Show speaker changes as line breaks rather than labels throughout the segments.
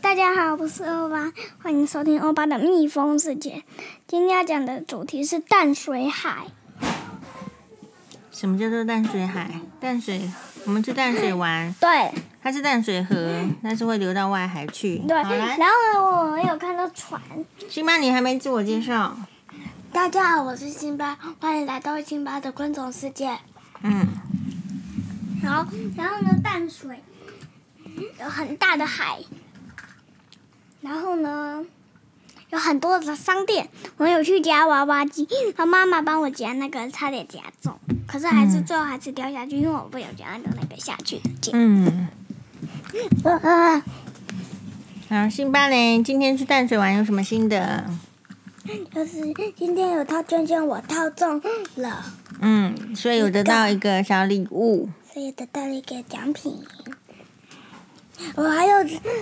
大家好，我是欧巴，欢迎收听欧巴的蜜蜂世界。今天要讲的主题是淡水海。
什么叫做淡水海？淡水，我们去淡水玩，
对
它是淡水河，但是会流到外海去。
对，
好来
然，后呢，我有看到船，
辛巴，你还没自我介绍。
大家好，我是辛巴，欢迎来到辛巴的昆虫世界。
嗯，
然后然后呢，淡水有很大的海，然后呢，有很多的商店。我有去夹娃娃机，然后妈妈帮我夹那个，差点夹中，可是还是
嗯
最后还是掉下去，因为我不小心按到那个下去的键。
嗯，
呃呃
好，辛巴嘞，今天去淡水玩有什么心得？
就是今天有套圈圈，我套中了，
嗯，所以有得到一个小礼物。
所以得到了一个奖品。我还有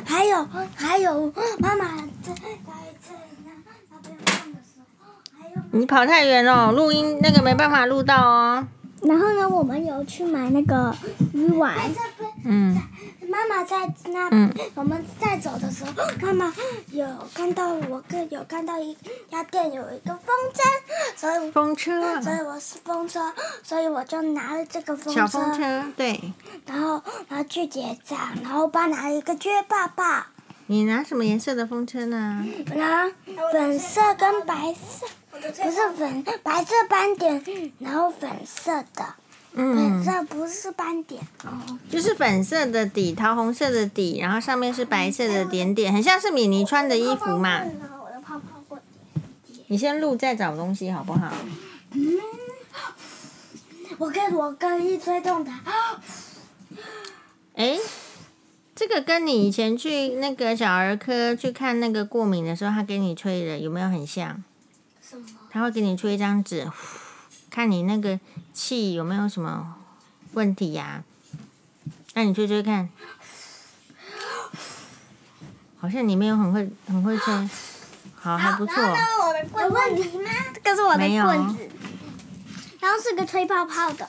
还有还有，妈妈在来一次那那边放的时候，还有
你跑太远了，录音那个没办法录到哦。
然后呢，我们有去买那个鱼丸。
这边
嗯，
妈妈在那，
嗯
我们在走的时候，妈妈有看到我跟有看到一家店有一个风筝，所以
风车，
所以我是风车， 所以我就拿了这个风
小
车，
风车，对
然后然后去结账，然后我爸拿了一个撅爸爸，
你拿什么颜色的风车呢？
然
哎
后粉色跟白色，不是粉白色斑点，然后粉色的，粉
嗯，
色不是斑点哦，
就是粉色的底，桃红色的底，然后上面是白色的点点，很像是米妮穿的衣服嘛。
我的泡泡棍，
你先录再找东西好不好？
我跟我跟一吹动它，
诶，这个跟你以前去那个小儿科去看那个过敏的时候，他给你吹的有没有很像？
什么？
他会给你吹一张纸，呼看你那个气有没有什么问题呀、那你吹吹看，好像你没有很会很会吹，好还不错。
我的棍有问题吗？
这个是我的
没有
棍子，然后是个吹泡泡的，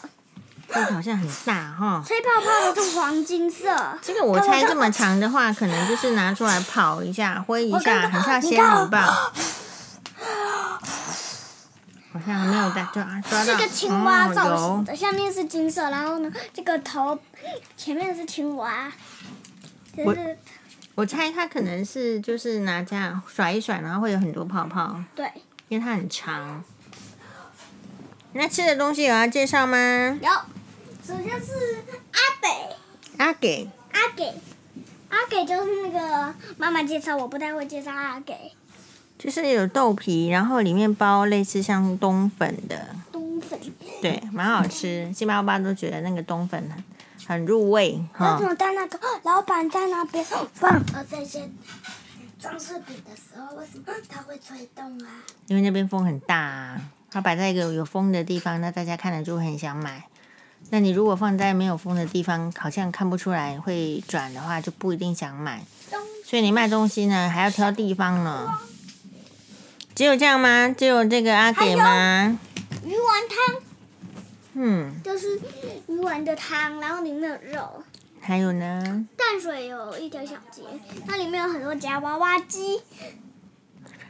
这个好像很大 哈。
吹泡泡的是黄金色。
这个我猜这么长的话，可能就是拿出来跑一下、挥一
我刚
下，
刚
很像仙女棒。好像还没有在抓抓
是
到。
个青蛙造型
啊哦
的，下面是金色，然后呢，这个头前面是青蛙，就
我
是
有我猜它可能是就是拿这样甩一甩，然后会有很多泡泡，
对。
因为它很长。那吃的东西有要介绍吗？
有，首先是阿北，
阿给，
阿给，阿给就是那个妈妈介绍，我不太会介绍阿给
就是有豆皮，然后里面包类似像冬粉的，
冬粉，
对，蛮好吃。辛巴巴都觉得那个冬粉很很入味哈。
为什么在那个老板在那边放了这些装饰品的时候，为什么它会吹动啊？
因为那边风很大、啊，它摆在一个有风的地方，那大家看了就会很想买。那你如果放在没有风的地方，好像看不出来会转的话，就不一定想买。所以你卖东西呢，还要挑地方呢。只有这样吗？只有这个阿给吗？
鱼丸汤
嗯，
就是鱼丸的汤，然后里面有肉。
还有呢？
淡水有一条小街，那里面有很多夹娃娃机，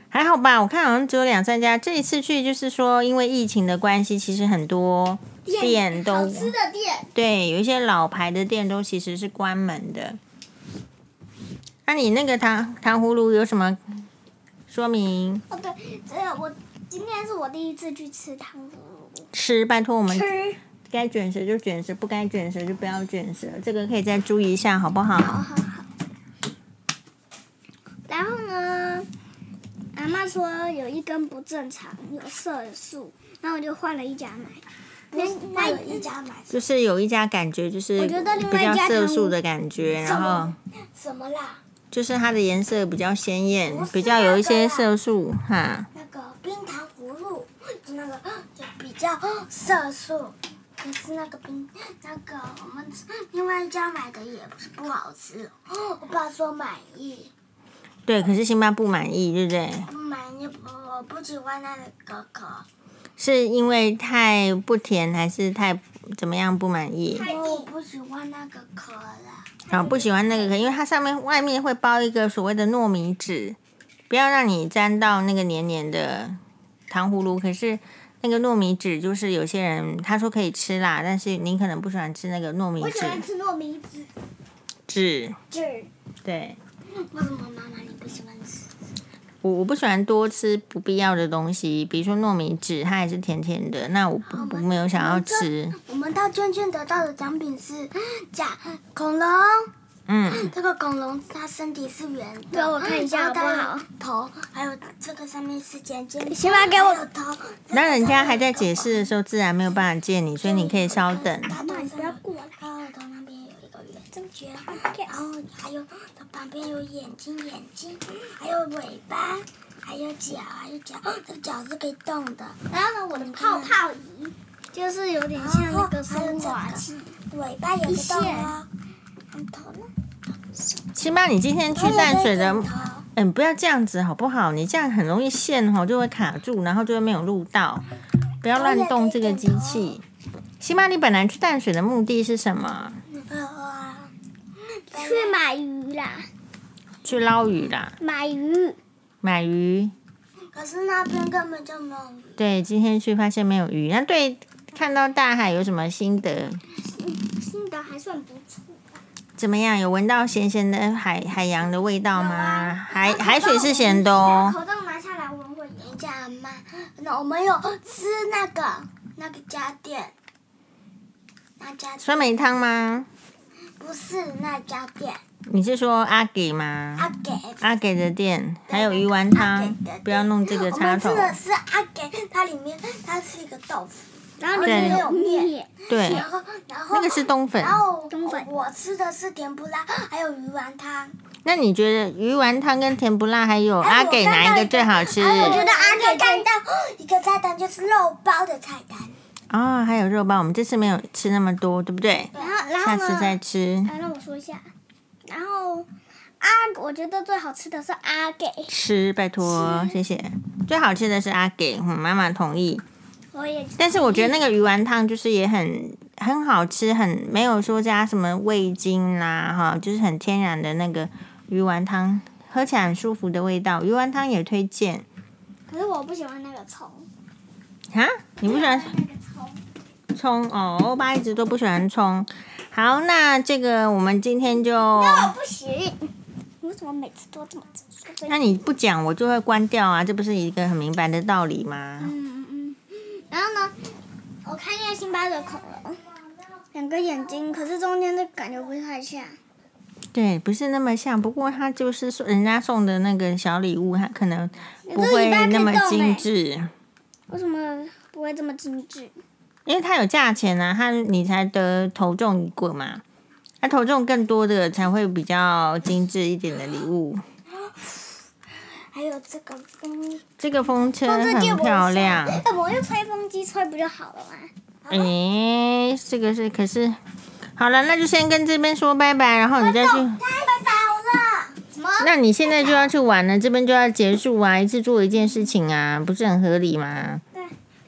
还好吧，我看好像只有两三家。这一次去就是说，因为疫情的关系，其实很多店都
好吃的店。
对，有一些老牌的店都其实是关门的。那、你那个糖糖葫芦有什么说明？
哦，对，这个我今天是我第一次去吃糖葫芦，
吃，拜托我们
吃
该卷舌就卷舌，不该卷舌就不要卷舌，这个可以再注意一下，好不好？
好好。然后呢，阿妈说有一根不正常，有色素，然后我就换了一家买。那
那有
那
一家买
就是有一家感觉就是
我觉得另
比
外一
较
家
色
糖
素
葫
的感觉，
什
然
么
后
什么啦？
就是它的颜色比较鲜艳
不，是
比较有一
啊
那个
些
啦
色素哈。
那个冰糖葫芦，就那个就比较色素。可是那个冰，那个我们另外一家买的也不是不好吃，我爸说满意，
对，可是辛巴不满意，对不对？
不满意，我不喜欢那个可可。
是因为太不甜还是太怎么样不满意？
我不喜欢那个壳了。
啊，不喜欢那个壳，因为它上面外面会包一个所谓的糯米纸，不要让你沾到那个黏黏的糖葫芦。可是那个糯米纸，就是有些人他说可以吃啦，但是你可能不喜欢吃那个糯米
我喜欢
纸
吃糯米纸
纸。
纸，
对，
为什么妈妈你不喜欢吃？
我我不喜欢多吃不必要的东西，比如说糯米纸，它也是甜甜的，那我不不没有想要吃。
我们到圈圈得到的奖品是甲恐龙，
嗯，
这个恐龙它身体是圆的，嗯
让我看一下好不好
然后它有头还有这个上面是尖尖的，
先把它给我
还有头。
那人家还在解释的时候，自然没有办法借你，所以你可以稍等。
它
妈
头
你不要
上
过来。
它的头那边有一个圆正圈，
OK
然后还有它旁边有眼睛，眼睛还有尾巴，还有脚，还有脚，这个脚是可以动的。
然后呢，我的泡泡仪就是有点像
哦
那个升华器，
尾巴也是动
一线
哦，嗯头呢？
辛巴，你今天去淡水的
它也可以动头
哎，你不要这样子好不好？你这样很容易线吼就会卡住，然后就会没有录到。不要乱动这个机器。西妈，你本来去淡水的目的是什么？
哇，
去
嗯
买鱼啦，
去捞鱼啦，
买鱼。
买鱼。
可是那边根本就没有鱼，
对，今天去发现没有鱼。那对看到大海有什么心得？
心得还算不错，
怎么样？有闻到咸咸的海海洋的味道
有
吗？
啊
海海水是咸的
啊
哦。
口罩拿下来闻闻。
等一下妈，那我们有吃那个那个家店，那家
酸梅汤吗？
不是那家店，
你是说阿给吗？
阿给。
阿给的店，还有鱼丸
阿
汤
给的店，
不要弄这个
我
插
们吃
头。
的是阿给，它里面它是一个豆腐，
然后
后
里
里
面
面
有
有
面
面，
对，
然后然后
那个是冬粉。
然后
冬粉
我吃的是甜不辣，还有鱼丸汤。
那你觉得鱼丸汤跟甜不辣还有阿
哎
给
我看
哪一
到
个
一个
最好吃？
哎，我觉得阿
给
给看到一个菜单就是肉包的菜单，
哦，还有肉包，我们这次没有吃那么多，对不对？
然后然
下
后
次
呢？
再吃。
啊，让我说一下。然后阿，我觉得最好吃的是阿给，
吃，拜托，谢谢。最好吃的是阿给，嗯，妈妈同意。
我也
但是我觉得那个鱼丸汤就是也很很好吃，很没有说加什么味精啦，哈，就是很天然的那个鱼丸汤，喝起来很舒服的味道。鱼丸汤也推荐
可是我不喜欢那个葱，
啊？你不喜欢？
那个葱。
葱哦，欧巴一直都不喜欢葱。好，那这个我们今天就，
那我不行，你为什么每次都这么直说？
那你不讲我就会关掉啊，这不是一个很明白的道理吗？
嗯嗯嗯。然后呢，我看一下辛巴的恐龙，两个眼睛，可是中间的感觉不太像。
对，不是那么像，不过他就是说人家送的那个小礼物，他可能不会那么精
哎
致，
为什么不会这么精致？
因为它有价钱啊，它你才得投中一个嘛，他投中更多的才会比较精致一点的礼物。
还有这个风
这个风车
放这借
很
我
漂
一下
亮，
哎，我用吹风机吹不就好了吗？
诶，哎这个是可是，好了，那就先跟这边说拜拜，然后你再去。
太饱了，
什么？
那你现在就要去玩了，这边就要结束啊，一次做一件事情啊，不是很合理吗？
对。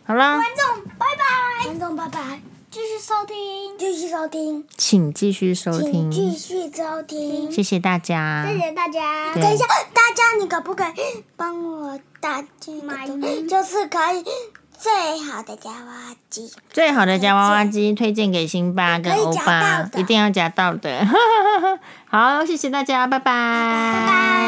好了，
观众，拜拜，
观众拜拜，
继续收听，
继续收听，
请继续收
请继
听，
续收听。
谢谢大家。
谢谢大家。
对
等一下，大家你可不可以帮我打进一个
买
图
鱼
就是可以最好的夹娃娃机，
最好的夹娃娃机推荐给辛巴跟
可以
欧
夹
巴
到，的
一定要夹到的。好，谢谢大家，拜拜
拜拜。